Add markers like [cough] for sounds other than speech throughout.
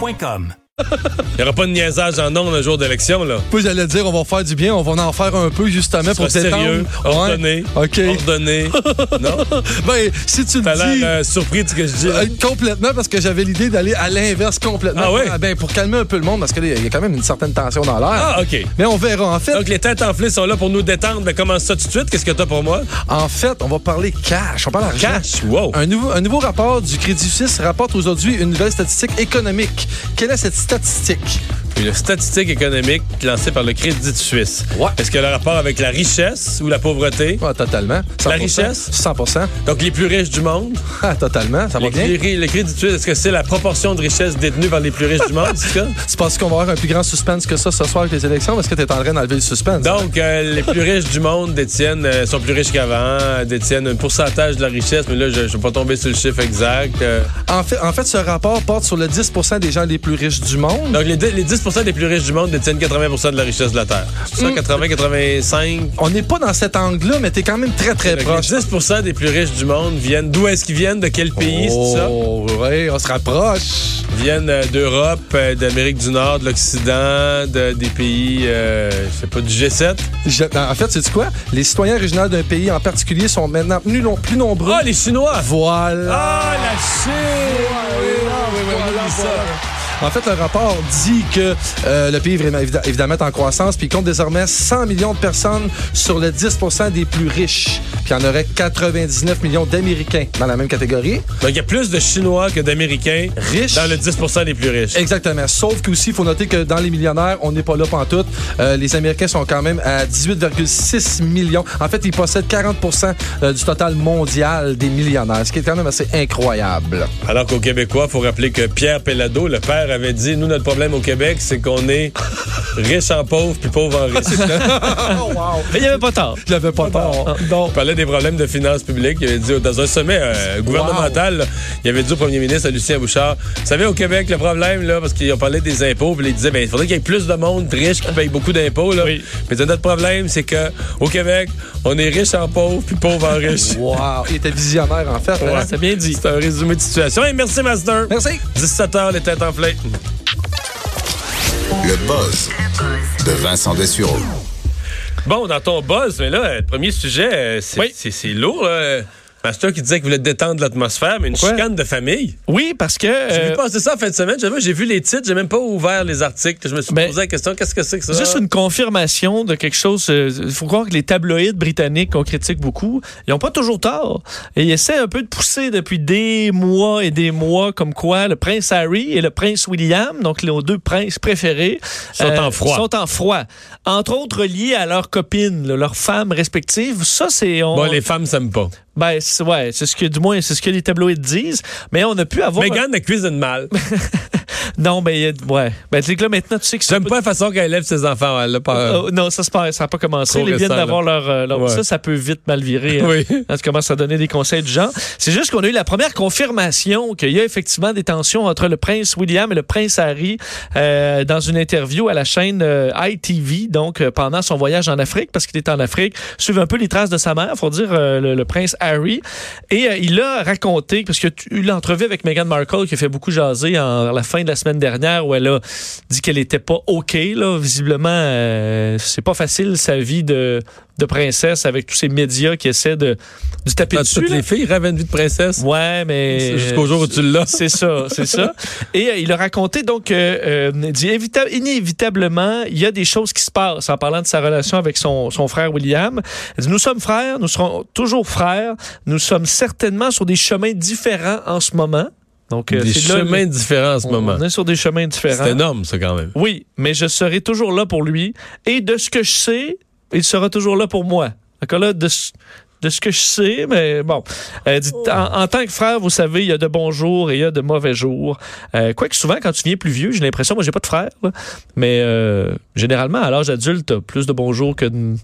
Mongrain.com. Il n'y aura pas de niaisage en ondes le jour d'élection, là. Peu, j'allais dire, on va faire du bien, on va en faire un peu justement pour Sois sérieux, ordonné, OK. [laughs] ordonné. non? Ben, si tu T'as le l'air dis. euh, surpris de ce que je dis. là. euh, complètement, parce que j'avais l'idée d'aller à l'inverse complètement. Ah ouais? Ben, pour calmer un peu le monde, parce qu'il y a quand même une certaine tension dans l'air. Ah, OK. Mais on verra. En fait, Donc, les têtes enflées sont là pour nous détendre. Mais commence ça tout de suite. Qu'est-ce que t'as pour moi? en fait, on va parler cash. On parle argent. Ah. Cash. Wow. Un nouveau, un nouveau rapport du Crédit Suisse rapporte aujourd'hui une nouvelle statistique économique. Quelle est cette statistique? Une statistique économique lancée par le Crédit Suisse. Ouais. Est-ce qu'elle a rapport avec la richesse ou la pauvreté? Ah, totalement. 100%, La richesse? 100 Donc, les plus riches du monde? Ah, totalement. Ça va Le, bien. cri- le Crédit Suisse, est-ce que c'est la proportion de richesse détenue par les plus riches du monde? c'est ça? Tu penses qu'on va avoir un plus grand suspense que ça ce soir avec les élections? Parce que t'es en train d'enlever le suspense. Donc, euh, les plus riches du monde détiennent, euh, sont plus riches qu'avant, euh, détiennent un pourcentage de la richesse, mais là, je ne vais pas tomber sur le chiffre exact. euh. En, fait, en fait, ce rapport porte sur le 10 des gens les plus riches du monde. donc, les, dix- les 10 des plus riches du monde détiennent 80 de la richesse de la Terre. C'est ça, 80, 85? On n'est pas dans cet angle-là, mais t'es quand même très, très Donc, proche. les 10 des plus riches du monde viennent. D'où est-ce qu'ils viennent? De quel pays? c'est ça? Oh, ouais, on se rapproche. Ils viennent euh, d'Europe, euh, d'Amérique du Nord, de l'Occident, de- des pays, euh, je sais pas, du G7. Je- en fait, c'est quoi? Les citoyens originaires d'un pays en particulier sont maintenant plus, nom- plus nombreux. Ah, les Chinois! Voilà. Ah, la Chine! Voilà, voilà. En fait, le rapport dit que euh, le pays est vraiment- évid- évidemment est en croissance, puis il compte désormais 100 millions de personnes sur le 10 des plus riches. Puis il y en aurait 99 millions d'Américains dans la même catégorie. Donc, il y a plus de Chinois que d'Américains Riches. dans le 10 des plus riches. Exactement. Sauf qu'aussi, il faut noter que dans les millionnaires, on n'est pas là pantoute. Euh, les Américains sont quand même à 18,6 millions. En fait, ils possèdent 40 euh, du total mondial des millionnaires, ce qui est quand même assez incroyable. Alors qu'au Québécois, faut rappeler que Pierre Pellado, le père, avait dit Nous, notre problème au Québec, c'est qu'on [laughs] est riche en pauvre puis pauvre en riche. Oh, wow! Il n'y avait pas tard. Je l'avais pas tort. Il parlait des problèmes de finances publiques. Il avait dit, dans un sommet euh, gouvernemental, là, il avait dit au premier ministre, à Lucien Bouchard, Vous savez, au Québec, le problème, là, parce qu'ils ont parlé des impôts, puis il disait ben, il faudrait qu'il y ait plus de monde riche qui paye beaucoup d'impôts. là. Oui. Mais il disait, notre problème, c'est que au Québec, on est riche en pauvre puis pauvre en riche. Wow! Il était visionnaire, en fait. hein? Ouais. C'est bien dit. C'est un résumé de situation. Et merci, Master. Merci! 17h, les têtes enflées. Le buzz de Vincent Dessureau. Bon, dans ton buzz, mais là, le premier sujet, euh, c'est Oui. c'est- c'est lourd. là. Master qui disait qu'il voulait détendre l'atmosphère, mais une Pourquoi? chicane de famille. Oui, parce que. J'ai euh, vu passer ça en fin de semaine. J'avoue, J'ai vu les titres, j'ai même pas ouvert les articles. Je me suis Ben, posé la question, qu'est-ce que c'est que ça? Juste une confirmation de quelque chose. Il faut croire que les tabloïds britanniques qu'on critique beaucoup, ils n'ont pas toujours tort. Et ils essaient un peu de pousser depuis des mois et des mois comme quoi le prince Harry et le prince William, donc nos deux princes préférés, euh, Sont en froid. Sont en froid. Entre autres liés à leurs copines, là, leurs femmes respectives. Ça, c'est... on- Bon, les femmes s'aiment pas. Ben, c'est- ouais, c'est ce que, du moins, c'est ce que les tabloïds disent. Mais on a pu avoir... Megan ne cuisine mal. Non, ben, il y a- ouais. Ben, c'est que là, maintenant, tu sais que c'est J'aime pas la façon qu'elle élève ses enfants. Elle, là, par- Oh, non, ça, c'est pas- ça n'a pas commencé. Euh, Trop Ils viennent récent, là. d'avoir leur, euh, leur- Ouais. Ça, ça peut vite mal virer. hein. Oui. Quand tu commences à donner des conseils de gens. C'est juste qu'on a eu la première confirmation qu'il y a effectivement des tensions entre le prince William et le prince Harry euh, dans une interview à la chaîne euh, ITV, donc euh, pendant son voyage en Afrique, parce qu'il était en Afrique, suivre un peu les traces de sa mère, faut dire euh, le, le prince Harry. Et euh, il a raconté, parce qu'il y a eu l'entrevue avec Meghan Markle qui a fait beaucoup jaser en, à la fin de la semaine dernière, où elle a dit qu'elle n'était pas OK. Là. Visiblement, euh, c'est pas facile sa vie de, de princesse avec tous ces médias qui essaient de, de taper Quand dessus. toutes là. les filles rêvent une vie de princesse. Ouais, mais. euh, Jusqu'au jour où tu l'as. C'est ça, c'est ça. Et euh, il a raconté donc, euh, euh, dit évita- inévitablement, il y a des choses qui se passent en parlant de sa relation avec son, son frère William. Il dit, nous sommes frères, nous serons toujours frères, nous sommes certainement sur des chemins différents en ce moment. Donc, euh, des c'est là, chemins le- différents en ce on- moment. On est sur des chemins différents. C'est énorme, ça, quand même. Oui, mais je serai toujours là pour lui. Et de ce que je sais, il sera toujours là pour moi. Encore là, de, ce- de ce que je sais, mais bon. Euh, dites- en, en tant que frère, vous savez, il y a de bons jours et il y a de mauvais jours. Euh, Quoique souvent, quand tu viens plus vieux, j'ai l'impression, moi, j'ai pas de frère, là. mais euh, généralement, à l'âge adulte, t'as plus de bons jours que de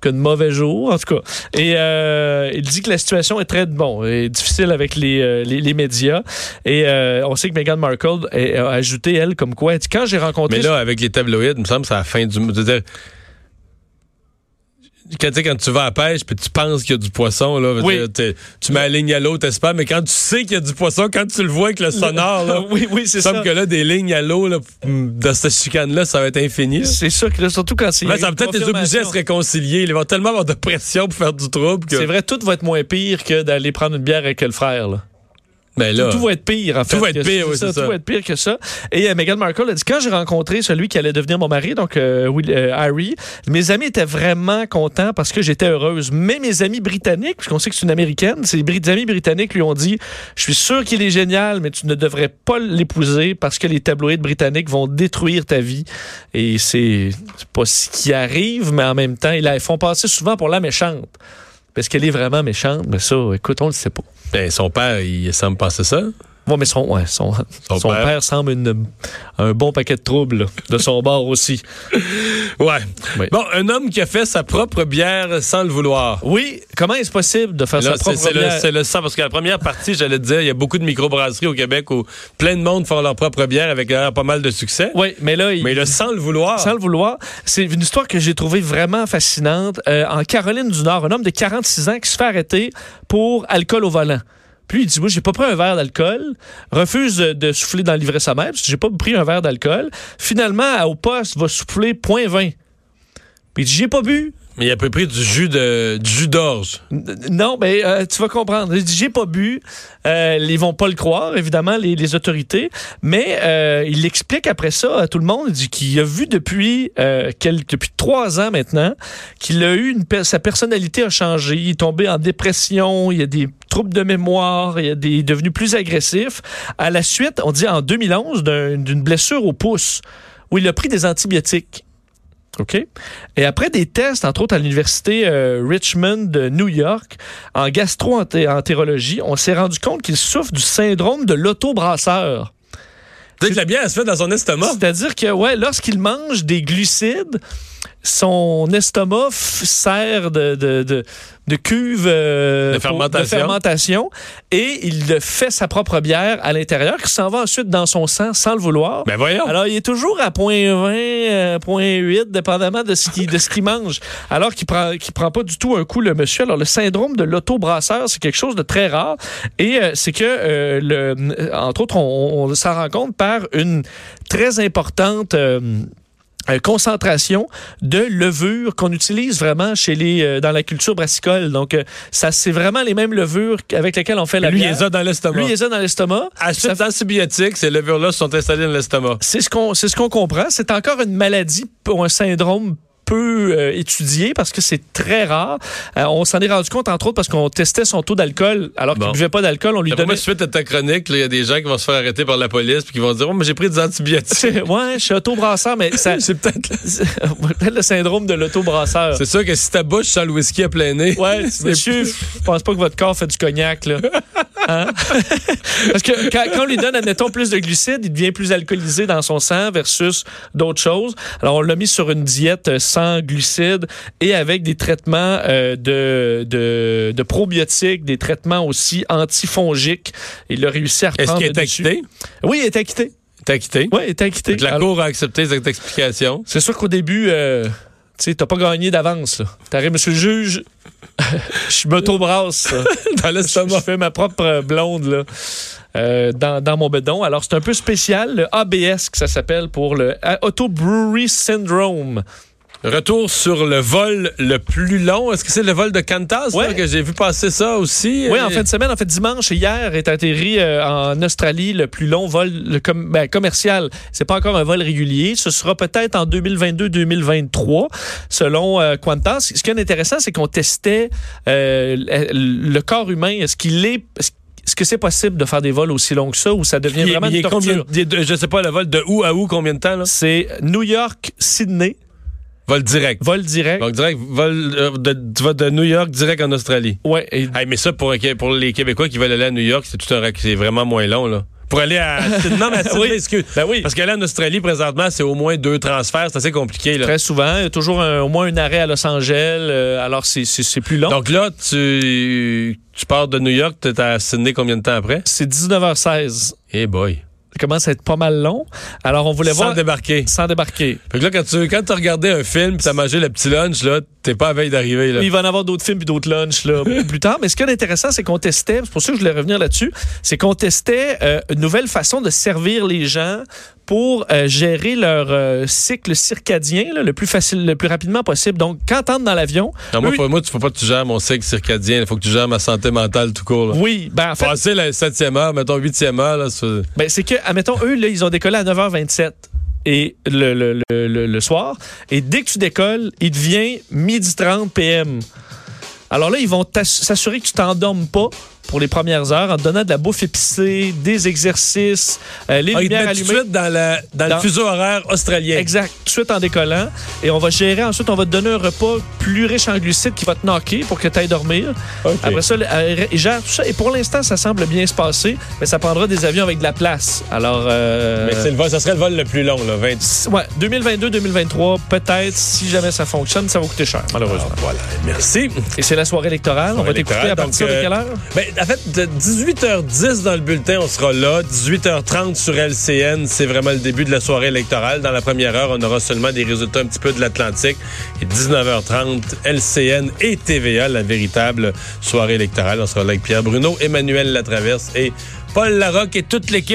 que de mauvais jours, en tout cas. Et euh, il dit que la situation est très bon, et difficile avec les, euh, les, les médias. Et euh, on sait que Meghan Markle eh, a ajouté, elle, comme quoi, elle dit, quand j'ai rencontré Mais là, avec les tabloïds, il me semble que c'est la fin du. je veux dire, quand, tu sais, quand tu vas à la pêche puis tu penses qu'il y a du poisson, là, veux Oui. dire, t'es- tu mets la ligne à l'eau, t'espères, mais quand tu sais qu'il y a du poisson, quand tu le vois avec le sonore, [laughs] là, [laughs] oui, oui, c'est ça. semble que là, des lignes à l'eau, là, dans cette chicane-là, ça va être infini. là. C'est ça, que là, surtout quand c'est. Ouais, ça va peut-être les obliger à se réconcilier. Ils vont tellement avoir de pression pour faire du trouble que. C'est vrai, tout va être moins pire que d'aller prendre une bière avec le frère. Là. Mais Ben là, Tout va être pire, en fait. va être que- pire, oui, c'est ça. Tout va être pire que ça. Et euh, Meghan Markle a dit quand j'ai rencontré celui qui allait devenir mon mari, donc euh, Will- euh, Harry, mes amis étaient vraiment contents parce que j'étais heureuse. Mais mes amis britanniques, puisqu'on sait que c'est une américaine, ses bri- amis britanniques lui ont dit Je suis sûr qu'il est génial, mais tu ne devrais pas l'épouser parce que les tabloïds britanniques vont détruire ta vie. Et c'est c'est pas ce qui arrive, mais en même temps, ils la font passer souvent pour la méchante. Parce qu'elle est vraiment méchante, mais ça, écoute, on le sait pas. ben, son père, il semble penser ça. Ouais, mais son, ouais, son, Son son père. père. semble une- un bon paquet de troubles, là, de son bord aussi. Ouais. Oui. Bon, un homme qui a fait sa propre bière sans le vouloir. Oui, comment est-ce possible de faire Là, ça c'est- c'est le, proprement? c'est le sang, parce que la première partie, j'allais te dire, il y a beaucoup de microbrasseries au Québec où plein de monde font leur propre bière avec d'ailleurs, pas mal de succès. Oui, mais là, il, Mais le sans le vouloir. sans le vouloir, c'est une histoire que j'ai trouvée vraiment fascinante. Euh, en Caroline du Nord, un homme de 46 ans qui se fait arrêter pour alcool au volant. Puis il dit, moi, j'ai pas pris un verre d'alcool, refuse de, de souffler dans l'ivraie sa mère, parce que j'ai pas pris un verre d'alcool. Finalement, au poste, va souffler point 20. Puis il dit, j'ai pas bu, Mais il a peu pris du jus de du jus d'orge. N- Non, mais euh, tu vas comprendre. Il dit, J'ai pas bu. Euh, ils vont pas le croire, évidemment, les, les autorités. Mais euh, il explique après ça à tout le monde. Il dit qu'il a vu depuis, euh, quel- depuis trois ans maintenant qu'il a eu une per- sa personnalité a changé. Il est tombé en dépression. Il y a des troubles de mémoire. Il, y a des, il est devenu plus agressif. À la suite, on dit en 2011, d'un- d'une blessure au pouce où il a pris des antibiotiques. OK? Et après des tests, entre autres à l'université euh, Richmond de New York, en gastro-entérologie, on s'est rendu compte qu'il souffre du syndrome de l'autobrasseur. Tu sais que la bière, elle se fait dans son estomac. C'est-à-dire que, ouais, lorsqu'il mange des glucides, son estomac f- sert de, de, de- de cuve euh, De pour- fermentation. fermentation et il le fait sa propre bière à l'intérieur qui s'en va ensuite dans son sang sans le vouloir. Ben voyons. [laughs] Alors, il est toujours à 0.20, euh, 0.8, dépendamment de ce qu'il de ce qu'il mange. Alors qu'il prend, qu'il prend pas du tout un coup, le monsieur. Alors, le syndrome de l'autobrasseur, c'est quelque chose de très rare. Et euh, c'est que, euh, le, entre autres, on, on s'en rend compte par une très importante... euh, euh, concentration de levures qu'on utilise vraiment chez les euh, dans la culture brassicole. Donc euh, ça c'est vraiment les mêmes levures avec lesquelles on fait la Lui, il bière. les a dans Lui, l'estomac. il les a dans l'estomac. À suite d'antibiotiques, ces levures-là se sont installées dans l'estomac. C'est ce qu'on c'est ce qu'on comprend. C'est encore une maladie ou un syndrome peu euh, étudié parce que c'est très rare. Euh, on s'en est rendu compte entre autres parce qu'on testait son taux d'alcool alors qu'il Bon. ne buvait pas d'alcool, on lui D'après moi, donnait suite à ta chronique, là, il y a des gens qui vont se faire arrêter par la police puis qui vont dire Oh, mais j'ai pris des [laughs] antibiotiques. Ouais, je suis autobrasseur mais [laughs] ça c'est [laughs] peut-être. peut-être le syndrome de l'autobrasseur. C'est sûr que si ta bouche sent le whisky à plein nez. Ouais, monsieur, je pense pas que votre corps fait du cognac, là. Hein? [laughs] Parce que quand, quand on lui donne, admettons, plus de glucides, il devient plus alcoolisé dans son sang versus d'autres choses. Alors, on l'a mis sur une diète euh, sans glucides et avec des traitements euh, de, de, de probiotiques, des traitements aussi antifongiques. Il a réussi à Est-ce reprendre qu'il le est dessus. acquitté? Oui, il est acquitté. T'es acquitté? Oui, il est acquitté. Fait que la Alors, Cour a accepté cette [laughs] explication. C'est sûr qu'au début, euh, tu sais, t'as pas gagné d'avance. là. T'arrives, monsieur le juge, [laughs] je m'auto-brasse. là. Dans [laughs] Je l'estomac. fais ma propre blonde là, euh, dans, dans mon bedon. Alors, c'est un peu spécial, le ABS, que ça s'appelle pour le A- Auto Brewery Syndrome. Retour sur le vol le plus long. Est-ce que c'est le vol de Qantas là, Ouais. que j'ai vu passer ça aussi? Oui, Euh, en fin de semaine, en fait, dimanche et hier est atterri euh, en Australie le plus long vol le com- ben, commercial. C'est pas encore un vol régulier. Ce sera peut-être en 2022-2023, selon euh, Qantas. Ce qui est intéressant, c'est qu'on testait euh, le le corps humain. Est-ce qu'il est. Est-ce que c'est possible de faire des vols aussi longs que ça ou ça devient il est- vraiment il une est torture? combien, il est de- je sais pas, le vol de où à où, combien de temps? Là? C'est New York, Sydney, Vol direct. vol direct. Donc, direct, vol euh, de, tu vas de New York direct en Australie. Ouais, et- Hey, mais ça, pour, un Qué- pour les Québécois qui veulent aller à New York, c'est tout un rac- c'est vraiment moins long, là. Pour aller [laughs] à. non, mais à Sydney, excuse. Ben oui. Parce que là, en Australie, présentement, c'est au moins deux transferts. C'est assez compliqué, là. Très souvent, il y a toujours un- au moins un arrêt à Los Angeles, euh, alors c'est- c'est c'est plus long. Donc là, tu, tu pars de New York, t'es à Sydney combien de temps après? c'est 19h16. Eh boy. commence à être pas mal long. Alors, on voulait Sans voir... débarquer. sans débarquer. Fait que là, quand tu quand as regardé un film pis t'as mangé le petit lunch, là, t'es pas à veille d'arriver, là. Il va en avoir d'autres films puis d'autres [laughs] lunchs là, plus tard. Mais ce qui est intéressant, c'est qu'on testait, c'est pour ça que je voulais revenir là-dessus, c'est qu'on testait euh, une nouvelle façon de servir les gens pour euh, gérer leur euh, cycle circadien là, le plus facile, le plus rapidement possible. Donc, quand t'entres dans l'avion, Non, moi, eux, faut- moi, tu faut pas que tu gères mon cycle circadien. Il faut que tu gères ma santé mentale tout court. là. oui, ben en fait, Passer la septième heure, mettons huitième heure, là, c'est- Ben, c'est que, admettons, eux, là, ils ont décollé à 9h27 et le, le, le, le- le soir. Et dès que tu décolles, il devient 12h30 PM. Alors là, ils vont t'ass- s'assurer que tu t'endormes pas pour les premières heures en te donnant de la bouffe épicée, des exercices, euh, les Ah, ils te lumières mettent tout de allumées. suite dans, la, dans, Dans- le fuseau horaire australien. Exact, tout de suite en décollant. Et on va gérer ensuite, on va te donner un repas plus riche en glucides qui va te knocker pour que tu ailles dormir. OK. Après ça, le- euh, il gère tout ça. Et pour l'instant, ça semble bien se passer, mais ça prendra des avions avec de la place. Alors. euh, Mais c'est le vol, ça serait le vol le plus long, là, 26. Ouais, 2022-2023, peut-être, si jamais ça fonctionne, ça va coûter cher, malheureusement. Voilà, merci. Et c'est la soirée électorale. on va t'écouter à Ah, électorale, partir donc, de euh, quelle heure? Ben, en fait, de 18h10 dans le bulletin, on sera là. 18h30 sur LCN, c'est vraiment le début de la soirée électorale. Dans la première heure, on aura seulement des résultats un petit peu de l'Atlantique. Et 19h30, LCN et TVA, la véritable soirée électorale. On sera là avec Pierre Bruno, Emmanuel Latraverse et Paul Larocque et toute l'équipe.